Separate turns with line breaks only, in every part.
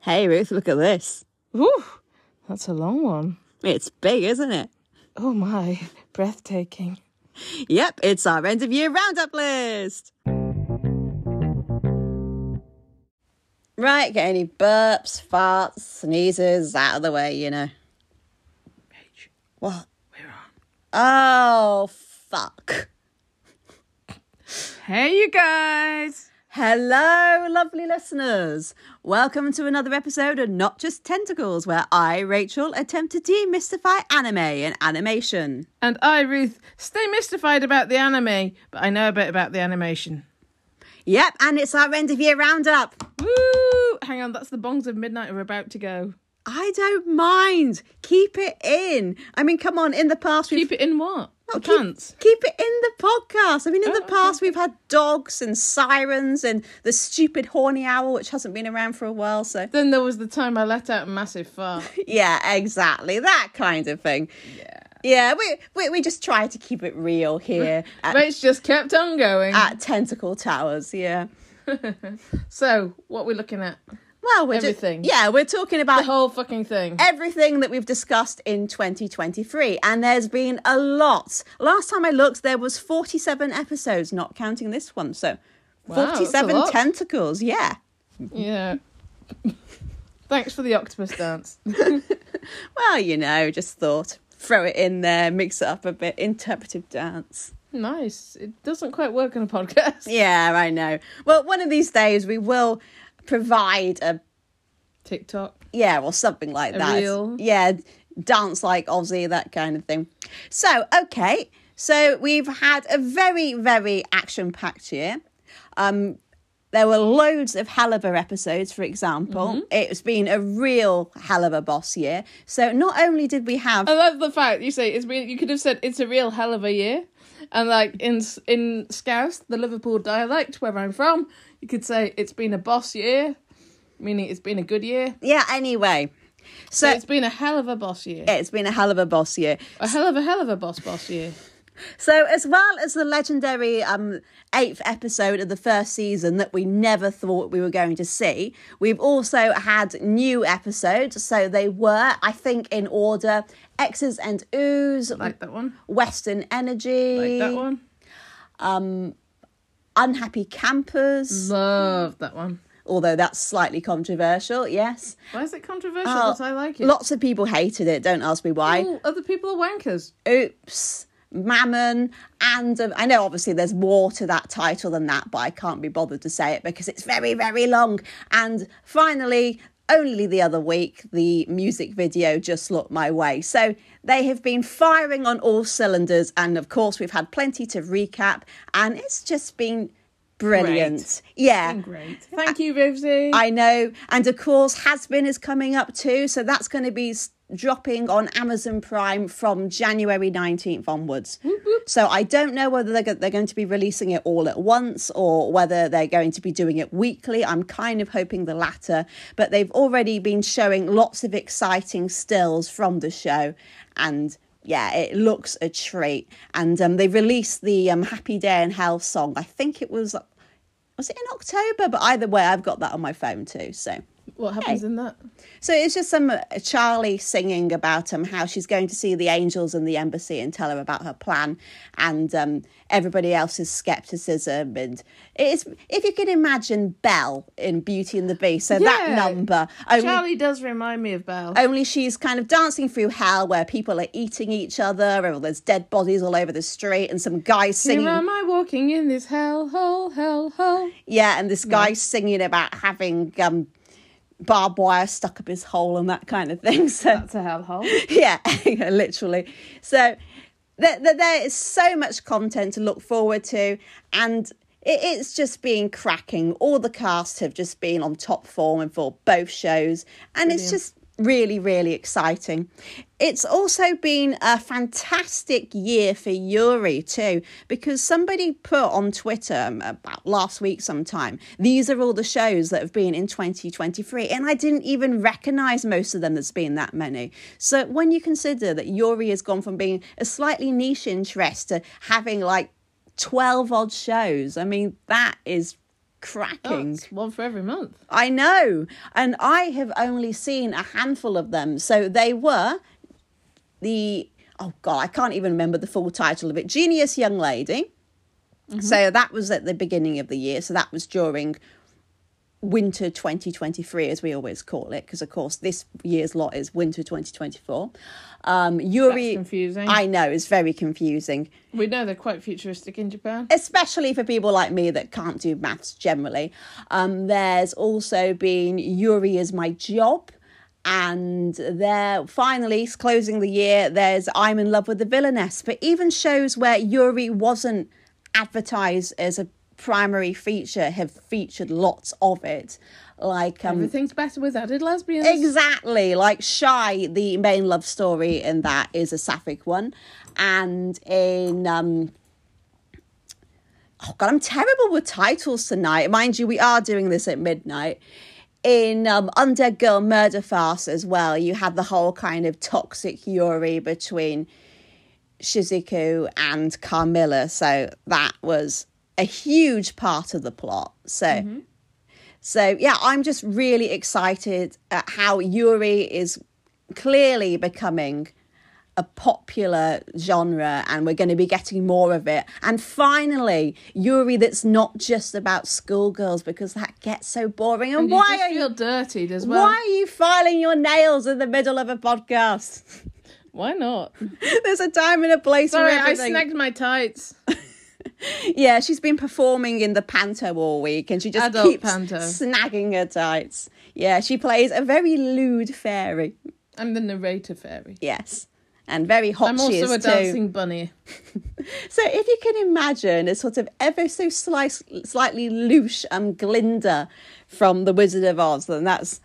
Hey, Ruth, look at this.
Whew, that's a long one.
It's big, isn't it?
Oh my, breathtaking.
Yep, it's our end of year roundup list. Right, get any burps, farts, sneezes out of the way, you know.
Paige,
What?
we're on.
Oh, fuck.
Hey, you guys.
Hello, lovely listeners. Welcome to another episode of Not Just Tentacles, where I, Rachel, attempt to demystify anime and animation.
And I, Ruth, stay mystified about the anime, but I know a bit about the animation.
Yep, and it's our end of year roundup.
Woo! Hang on, that's the bongs of midnight are about to go.
I don't mind. Keep it in. I mean, come on, in the past we've
Keep it in what? The
keep-
pants.
Keep, it in the podcast. I mean, in the
Oh, okay.
past, we've had dogs and sirens and the stupid horny owl, which hasn't been around for a while. So,
Then there was the time I let out a massive fart.
yeah, exactly. That kind of thing. Yeah. Yeah, we, we, we just try to keep it real here at,
Rach just kept on going.
at Tentacle Towers. Yeah.
so, what we looking at?
Well, we're ju-
Everything.
yeah, we're talking about
The whole fucking thing.
everything that we've discussed in 2023 and there's been a lot last time i looked there was 47 episodes not counting this one so
Wow, that's a
47
lot.
tentacles yeah
Yeah. Thanks for the octopus dance.
well you know just thought throw it in there mix it up a bit interpretive dance
Nice. It doesn't quite work on a podcast.
yeah i know well one of these days we will provide a
TikTok.
Yeah, well, something like that.
reel.
Yeah, dance like Aussie, that kind of thing. So, okay, so we've had a very, very action packed year. Um, there were loads of Halibur episodes, for example. It's been a real Halibur boss year. So, not only did we have
I love the fact you say it's been. You could have said it's a real hell of a year, and like in S- in Scouse, the Liverpool dialect where I'm from, you could say it's been a boss year, meaning it's been a good year.
yeah, anyway, so
So it's been a hell of a boss year.
it's been a Halibur boss year.
A hell of a hell of a boss boss year.
So, as well as the legendary um, eighth episode of the first season that we never thought we were going to see, we've also had new episodes. So, they were, I think, in order X's and O's,
Like that one.
Western Energy,
Like that one.
Unhappy
Mm.
Campers,
Love that one.
although that's slightly controversial, yes.
Why is it controversial?
Oh,
but I like it.
Lots of people hated it, don't ask me why.
All other people are wankers.
Oops, Mammon, and um, I know obviously there's more to that title than that, but I can't be bothered to say it because it's very, very long. And finally, only the other week, the music video Just Look My Way. So they have been firing on all cylinders, and of course, we've had plenty to recap, and it's just been brilliant. Yeah.
Great. Thank you, Rosie.
I know. And of course, Has Been is coming up too. So that's going to be s- dropping on Amazon Prime from January 19th onwards. So I don't know whether they're, go- they're going to be releasing it all at once or whether they're going to be doing it weekly. I'm kind of hoping the latter. But they've already been showing lots of exciting stills from the show. And yeah, it looks a treat. And um, they released the um, Happy Day in Hell song. I think it was was it in October? But either way, I've got that on my phone too. So,
what happens in that?
so it's just some uh, Charlie singing about um how she's going to see the angels and the embassy and tell her about her plan, and um everybody else's skepticism and it's if you can imagine Belle in Beauty and the Beast, so that
Yeah.
number only.
Charlie does remind me of Belle.
only she's kind of dancing through hell where people are eating each other and there's dead bodies all over the street and some guy singing
Here am I walking in this hell hole, hell hole.
Yeah, and this guy's singing about having um, barbed wire stuck up his hole and that kind of thing. So,
That's a hell hole.
yeah, yeah, literally. So, there, there, there is so much content to look forward to, and it, it's just been cracking. All the cast have just been on top form and for both shows, and it's just really, really exciting. It's also been a fantastic year for Yuri too, because somebody put on Twitter um, about last week sometime, these are all the shows that have been in 2023. And I didn't even recognize most of them, there's been that many. So when you consider that Yuri has gone from being a slightly niche interest to having like 12 odd shows, I mean, that is cracking.
That's one for every month.
I know. And I have only seen a handful of them. So they were the, oh God, I can't even remember the full title of it Genius Young Lady. So that was at the beginning of the year. So that was during winter 2023, as we always call it, because of course this year's lot is winter 2024. Um, Yuri.
confusing.
I know, it's very confusing
We know they're quite futuristic in Japan.
especially for people like me that can't do maths generally. Um, there's also been Yuri is my job. And there, finally, closing the year, there's I'm in love with the villainess. But even shows where Yuri wasn't advertised as a primary feature have featured lots of it. Like, um,
Everything's better with added lesbians.
Exactly. Like Shy, the main love story in that is a sapphic one. And in um Oh god, I'm terrible with titles tonight. Mind you, we are doing this at midnight. In um, Undead Girl Murder Farce as well, you had the whole kind of toxic Yuri between Shizuku and Carmilla. So that was a huge part of the plot. So
Mm-hmm.
so yeah, I'm just really excited at how Yuri is clearly becoming a popular genre and we're going to be getting more of it. And finally, Yuri that's not just about schoolgirls because that gets so boring. And,
And you
why
just
are you
feel dirtied as well.
why are you filing your nails in the middle of a podcast?
Why not?
There's a time and a place
Sorry,
for
I
everything.
snagged my tights.
Yeah, she's been performing in the panto all week and she just
Adult
keeps
panto.
snagging her tights. Yeah, she plays a very lewd fairy.
I'm the narrator fairy.
Yes. And very hot
I'm
she
also
is
a
too.
dancing bunny.
So if you can imagine a sort of ever so slice, slightly louche um Glinda from The Wizard of Oz, then that's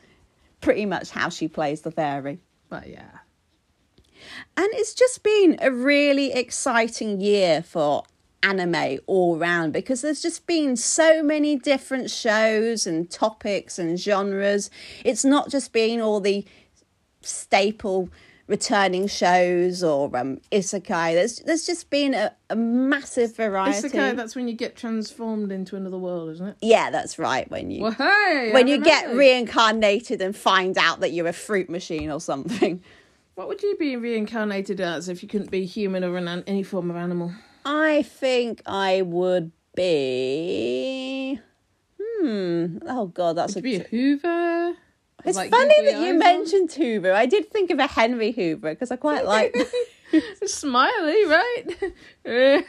pretty much how she plays the fairy.
But yeah.
And it's just been a really exciting year for anime all round because there's just been so many different shows and topics and genres. It's not just been all the staple returning shows or um, isekai. There's there's just been a, a massive variety.
Isekai, that's when you get transformed into another world, isn't it?
yeah, that's right. When you
Well, hey,
when
I
you get
remember.
reincarnated and find out that you're a fruit machine or something.
What would you be reincarnated as if you couldn't be human or an, an- any form of animal?
I think I would be. Hmm. Oh God, that's a.
To be a Hoover?
it's
like
funny
googly
that you
eyes on?
mentioned Hoover. I did think of a Henry Hoover because I quite like.
Smiley, right?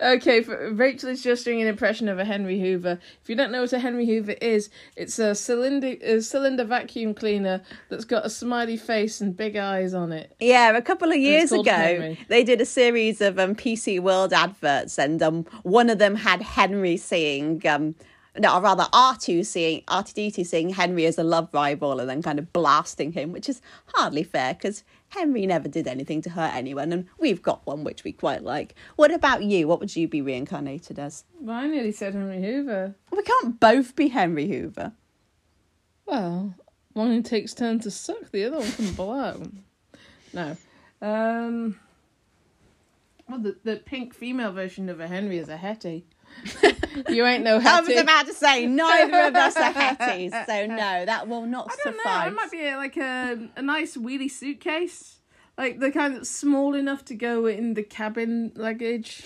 okay, for, Rachel is just doing an impression of a Henry Hoover. If you don't know what a Henry Hoover is, it's a cylinder a cylinder vacuum cleaner that's got a smiley face and big eyes on it.
yeah, a couple of years
called
ago,
Henry.
they did a series of um, PC World adverts, and um, one of them had Henry seeing. Um, no, or rather, R2 seeing R2D2 seeing Henry as a love rival and then kind of blasting him, which is hardly fair because Henry never did anything to hurt anyone, and we've got one which we quite like. What about you? What would you be reincarnated as?
Well, I nearly said Henry Hoover.
We can't both be Henry Hoover.
Well, one takes turn to suck, the other one can blow. No. Um well, the, the pink female version of a Henry is a Hetty. you ain't no
I
Hetty.
was about to say neither of us are Hetties, so no, that will not
I don't
suffice.
know. I might be uh, like a a nice wheelie suitcase, like the kind that's small enough to go in the cabin luggage,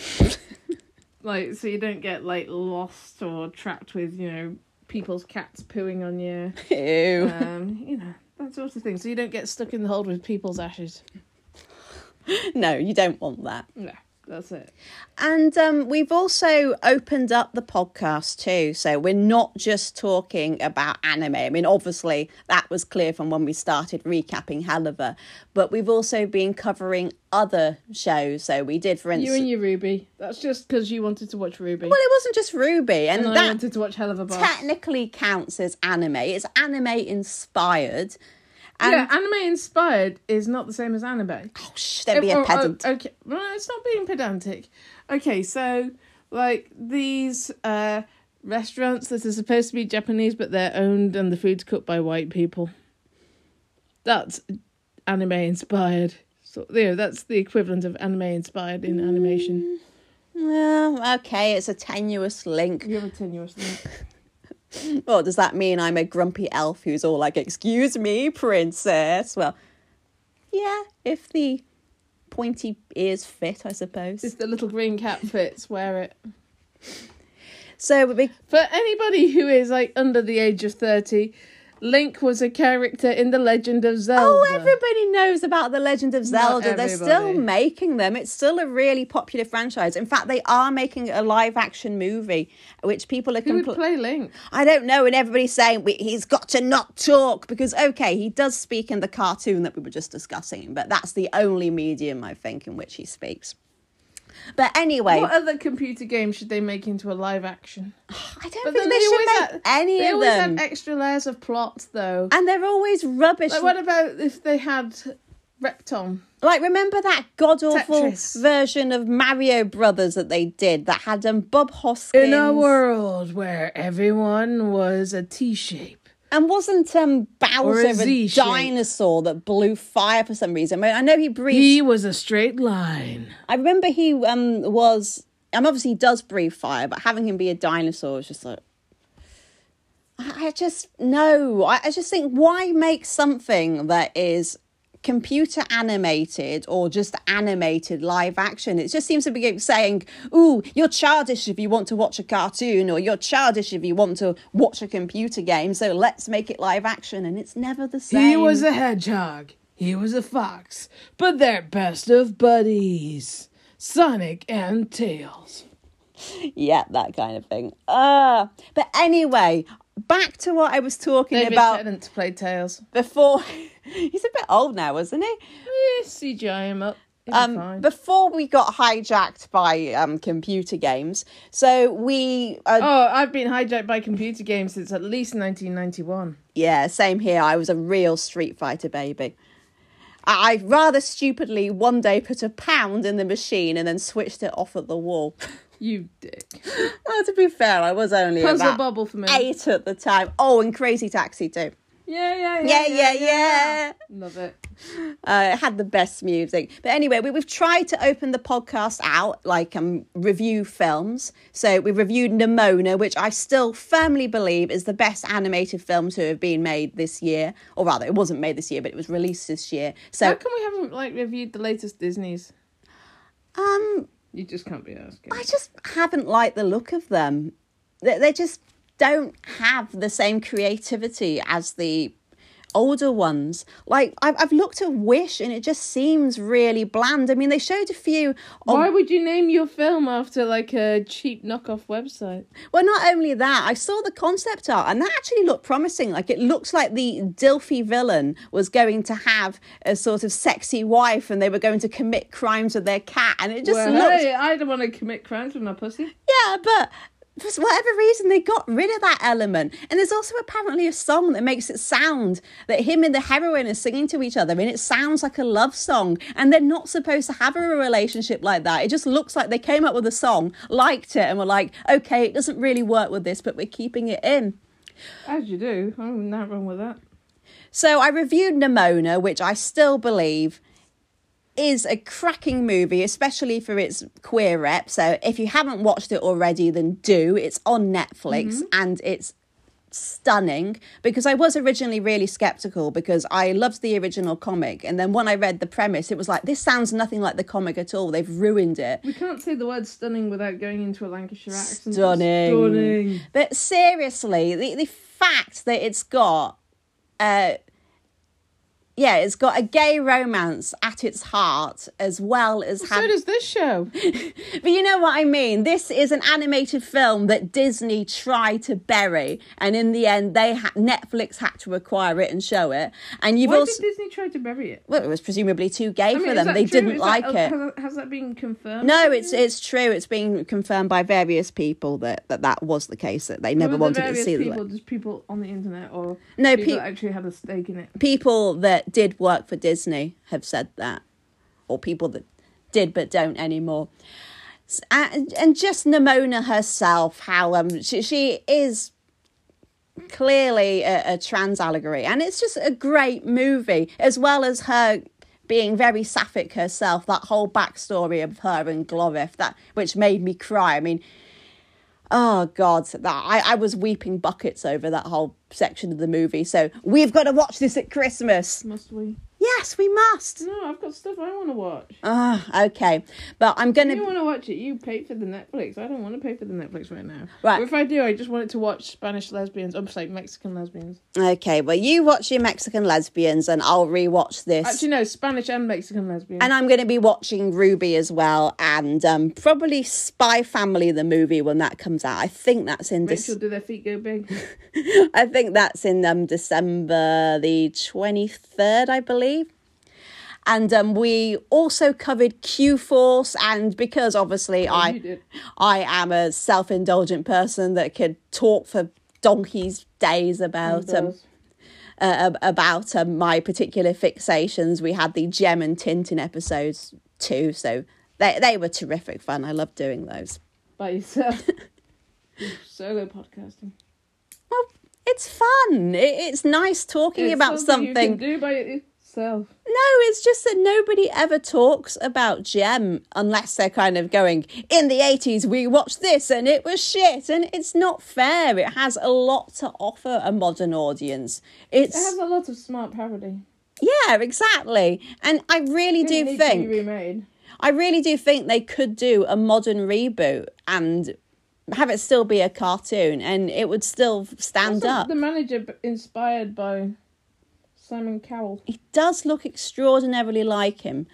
like so you don't get like lost or trapped with you know people's cats pooing on you,
Ew.
um, you know that sort of thing. So you don't get stuck in the hold with people's ashes.
No, you don't want that.
No, that's it.
And um, we've also opened up the podcast too. So we're not just talking about anime. I mean, obviously, that was clear from when we started recapping Hallover, but we've also been covering other shows. So we did, for
You
instance.
and your Ruby. That's just because you wanted to watch Ruby.
well, it wasn't just Ruby, and,
and I
that
wanted to watch Hell of a Boss.
technically counts as anime. It's anime inspired. And
yeah, anime inspired is not the same as anime.
oh, shh, don't be
Oh,
a
oh,
pedant.
okay, well, it's not being pedantic. Okay, so like these uh, restaurants that are supposed to be Japanese, but they're owned and the food's cooked by white people. That's anime inspired. So you know, that's the equivalent of anime inspired in animation.
Well, okay, it's a tenuous link.
You have a tenuous link.
Well, does that mean I'm a grumpy elf who's all like, excuse me, princess? Well, yeah, if the pointy ears fit, I suppose.
If the little green cap fits, wear it.
So, we-
For anybody who is like under the age of 30, Link was a character in The Legend of Zelda.
oh, everybody knows about The Legend of Zelda. They're still
everybody.
making them. It's still a really popular franchise. In fact, they are making a live action movie, which people are
Who would
compl-
play Link?
I don't know. And everybody's saying we, he's got to not talk because, okay, he does speak in the cartoon that we were just discussing, but that's the only medium, I think, in which he speaks. But anyway,
What other computer game should they make into a live action?
I don't think they should make
add-
any
they
of
always
them.
add extra layers of plot, though.
and they're always rubbish.
Like, what about if they had Repton?
Like, remember that god awful
Tetris.
version of Mario Brothers that they did that had um, Bob Hoskins?
In a world where everyone was a T shape.
And wasn't um, Bowser a,
Z shape.
dinosaur that blew fire for some reason? I, mean, I know he breathed
He was a straight line.
I remember he um was and obviously he does breathe fire, but having him be a dinosaur is just like I I just no. I, I just think why make something that is computer animated or just animated live action? It just seems to be saying, "Ooh, you're childish if you want to watch a cartoon, or you're childish if you want to watch a computer game." So let's make it live action, and it's never the same.
He was a hedgehog. He was a fox. But they're best of buddies. Sonic and Tails.
yeah, that kind of thing. Uh, but anyway, back to what I was talking
David
about
Tennant to play Tails.
before. He's a bit old now, isn't he?
Eh, CGI him up. He'll be
Um,
fine.
before we got hijacked by um, computer games, so we uh,
oh, I've been hijacked by computer games since at least 1991.
Yeah, same here. I was a real Street Fighter baby. I I rather stupidly one day put a pound in the machine and then switched it off at the wall.
You dick.
well, to be fair, I was only
Puzzle
about
bubble for me.
eight at the time. Oh, and Crazy Taxi too.
Yeah, yeah,
Yeah, yeah, yeah.
Love it.
uh, it had the best music. But anyway, we, we've tried to open the podcast out like um review films. So we reviewed Nimona, which I still firmly believe is the best animated film to have been made this year, or rather, it wasn't made this year, but it was released this year.
How
So
come we haven't like reviewed the latest Disney's?
um,
You just can't be asking.
I just haven't liked the look of them. They, they just don't have the same creativity as the older ones. Like I've I've looked at Wish, and it just seems really bland. I mean, they showed a few. on
Why would you name your film after like a cheap knockoff website?
Well, not only that, I saw the concept art and that actually looked promising. Like it looks like the Dilphy villain was going to have a sort of sexy wife and they were going to commit crimes with their cat. And it just
well,
looked.
hey, I don't want to commit crimes with my pussy.
Yeah, but for whatever reason, they got rid of that element. And there's also apparently a song that makes it sound that him and the heroine are singing to each other. and it sounds like a love song. And they're not supposed to have a relationship like that. It just looks like they came up with a song, liked it, and were like, okay, it doesn't really work with this, but we're keeping it in.
As you do. I'm not wrong with that.
So I reviewed Nimona, which I still believe is a cracking movie, especially for its queer rep. So if you haven't watched it already, then do. It's on Netflix and it's stunning because I was originally really skeptical because I loved the original comic. And then when I read the premise, it was like, this sounds nothing like the comic at all. They've ruined it.
We can't say the word stunning without going into a Lancashire accent.
Stunning.
Stunning.
But seriously, the, the fact that it's got, uh, yeah, it's got a gay romance at its heart as well as
So
having.
does this show.
but you know what I mean. This is an animated film that Disney tried to bury, and in the end, they ha- Netflix had to acquire it and show it. And you've
Why
also
did Disney try to bury it?
well, it was presumably too gay
I mean,
for
is
them.
that
They
true?
didn't
Is
like
that,
it.
Has, has that been confirmed?
No, it's it's true. It's been confirmed by various people that that, that was the case that they
Who are
never
the
wanted to
various
see. the-
people, just people on the internet or
No,
people
pe-
that actually had a stake in it.
people that did work for Disney have said that, or people that did but don't anymore. S- And, and just Nimona herself, how um she, she is clearly a, a trans allegory, and it's just a great movie, as well as her being very sapphic herself. That whole backstory of her and Glorif, that which made me cry. I mean, Oh God, that I, I was weeping buckets over that whole section of the movie. So we've got to watch this at Christmas.
Must we?
Yes, we must.
No, I've got stuff I want to watch.
Ah, okay. But I'm
If you
gonna.
want to watch it, you pay for the Netflix. I don't want to pay for the Netflix right now.
Right.
If I do, I just want it to watch Spanish lesbians. I'm sorry, Mexican lesbians.
Okay, well you watch your Mexican lesbians, and I'll rewatch this.
Actually, no, Spanish and Mexican lesbians.
and I'm going to be watching Ruby as well, and um, probably Spy Family the movie when that comes out. I think that's in
Rachel,
Dec
do their feet go big?
I think that's in um, December the twenty third, I believe. And um, we also covered Q Force, and because obviously I
Oh, you did.
I am a self indulgent person that could talk for donkey's days about um,
Does.
uh, ab- about um, my particular fixations. We had the Gem and Tintin episodes too, so they they were terrific fun. I love doing those.
By yourself. Solo podcasting.
Well, it's fun. It, it's nice talking
It's
about
something
something.
You can do by yourself.
No, it's just that nobody ever talks about Gem unless they're kind of going, in the 80s, we watched this and it was shit. And it's not fair. It has a lot to offer a modern audience.
It has
It's,
a lot of smart parody.
yeah, exactly. And I really
It
do
needs to
think.
be remade.
I really do think they could do a modern reboot and have it still be a cartoon and it would still stand
Also,
up.
The manager b- inspired by Simon Cowell.
He does look extraordinarily like him.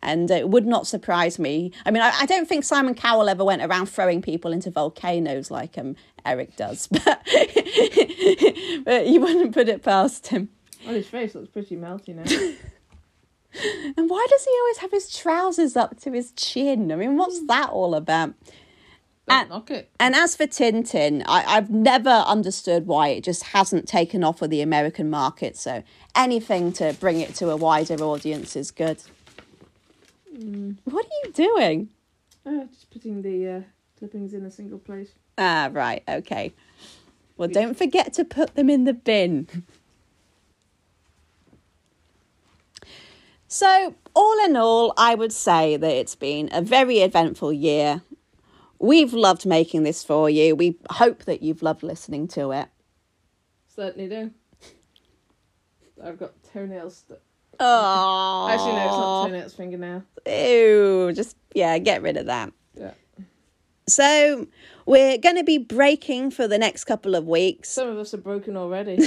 And it would not surprise me. I mean, I, I don't think Simon Cowell ever went around throwing people into volcanoes like um, Eric does, but, but you wouldn't put it past him.
Well, his face looks pretty melty now.
And why does he always have his trousers up to his chin? I mean, what's
Hmm.
that all about?
Don't knock it.
And as for Tintin, I, I've never understood why it just hasn't taken off with the American market. So anything to bring it to a wider audience is good. What are you doing?
Oh, just putting the uh, clippings in a single place.
Ah, right, okay. Well, don't forget to put them in the bin. So, all in all, I would say that it's been a very eventful year. We've loved making this for you. We hope that you've loved listening to it.
Certainly do. I've got toenails. St-
Oh,
Actually, no, it's not toenails. Fingernail.
Ew, just yeah, get rid of that.
Yeah.
So we're going to be breaking for the next couple of weeks,
Some of us are broken already.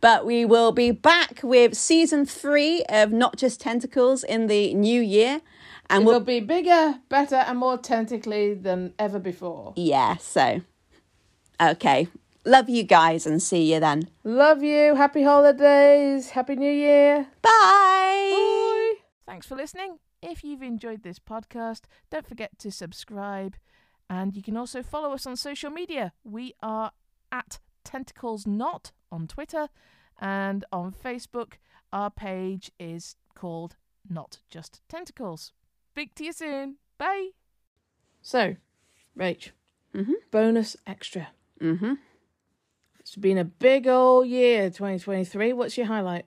but we will be back with season three of Not Just Tentacles in the new year, and
we'll
we'll
be bigger, better, and more tentacly than ever before.
yeah. So okay, love you guys and see you then.
Love you. Happy holidays. Happy New Year.
Bye.
Thanks for listening. If you've enjoyed this podcast, don't forget to subscribe. And you can also follow us on social media. We are at Tentacles Not on Twitter and on Facebook. Our page is called Not Just Tentacles. Speak to you soon. Bye. So, Rach,
Mhm.
bonus extra.
Mhm.
It's been a big old year, 2023. What's your highlight?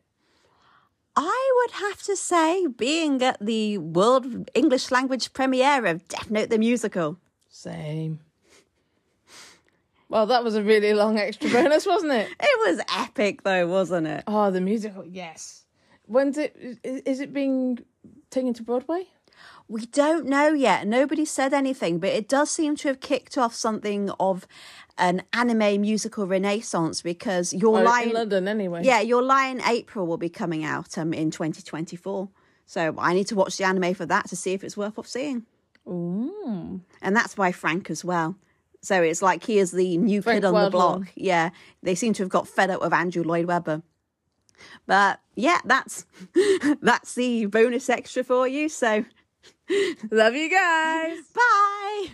I would have to say being at the World English Language premiere of Death Note the musical.
Same. Well, that was a really long extra bonus, wasn't it?
It was epic though, wasn't it?
Oh, the musical, yes. When's it? Is, is it being taken to Broadway?
We don't know yet. Nobody said anything, but it does seem to have kicked off something of an anime musical renaissance because your
Or
line
in London, anyway.
Yeah, your line April will be coming out um in 2024. So I need to watch the anime for that to see if it's worth of seeing.
Ooh.
And that's by Frank as well. So it's like he is the new
Frank
kid on the
Wildhorn.
block. Yeah. They seem to have got fed up with Andrew Lloyd Webber. But yeah, that's that's the bonus extra for you. So
Love you guys.
bye.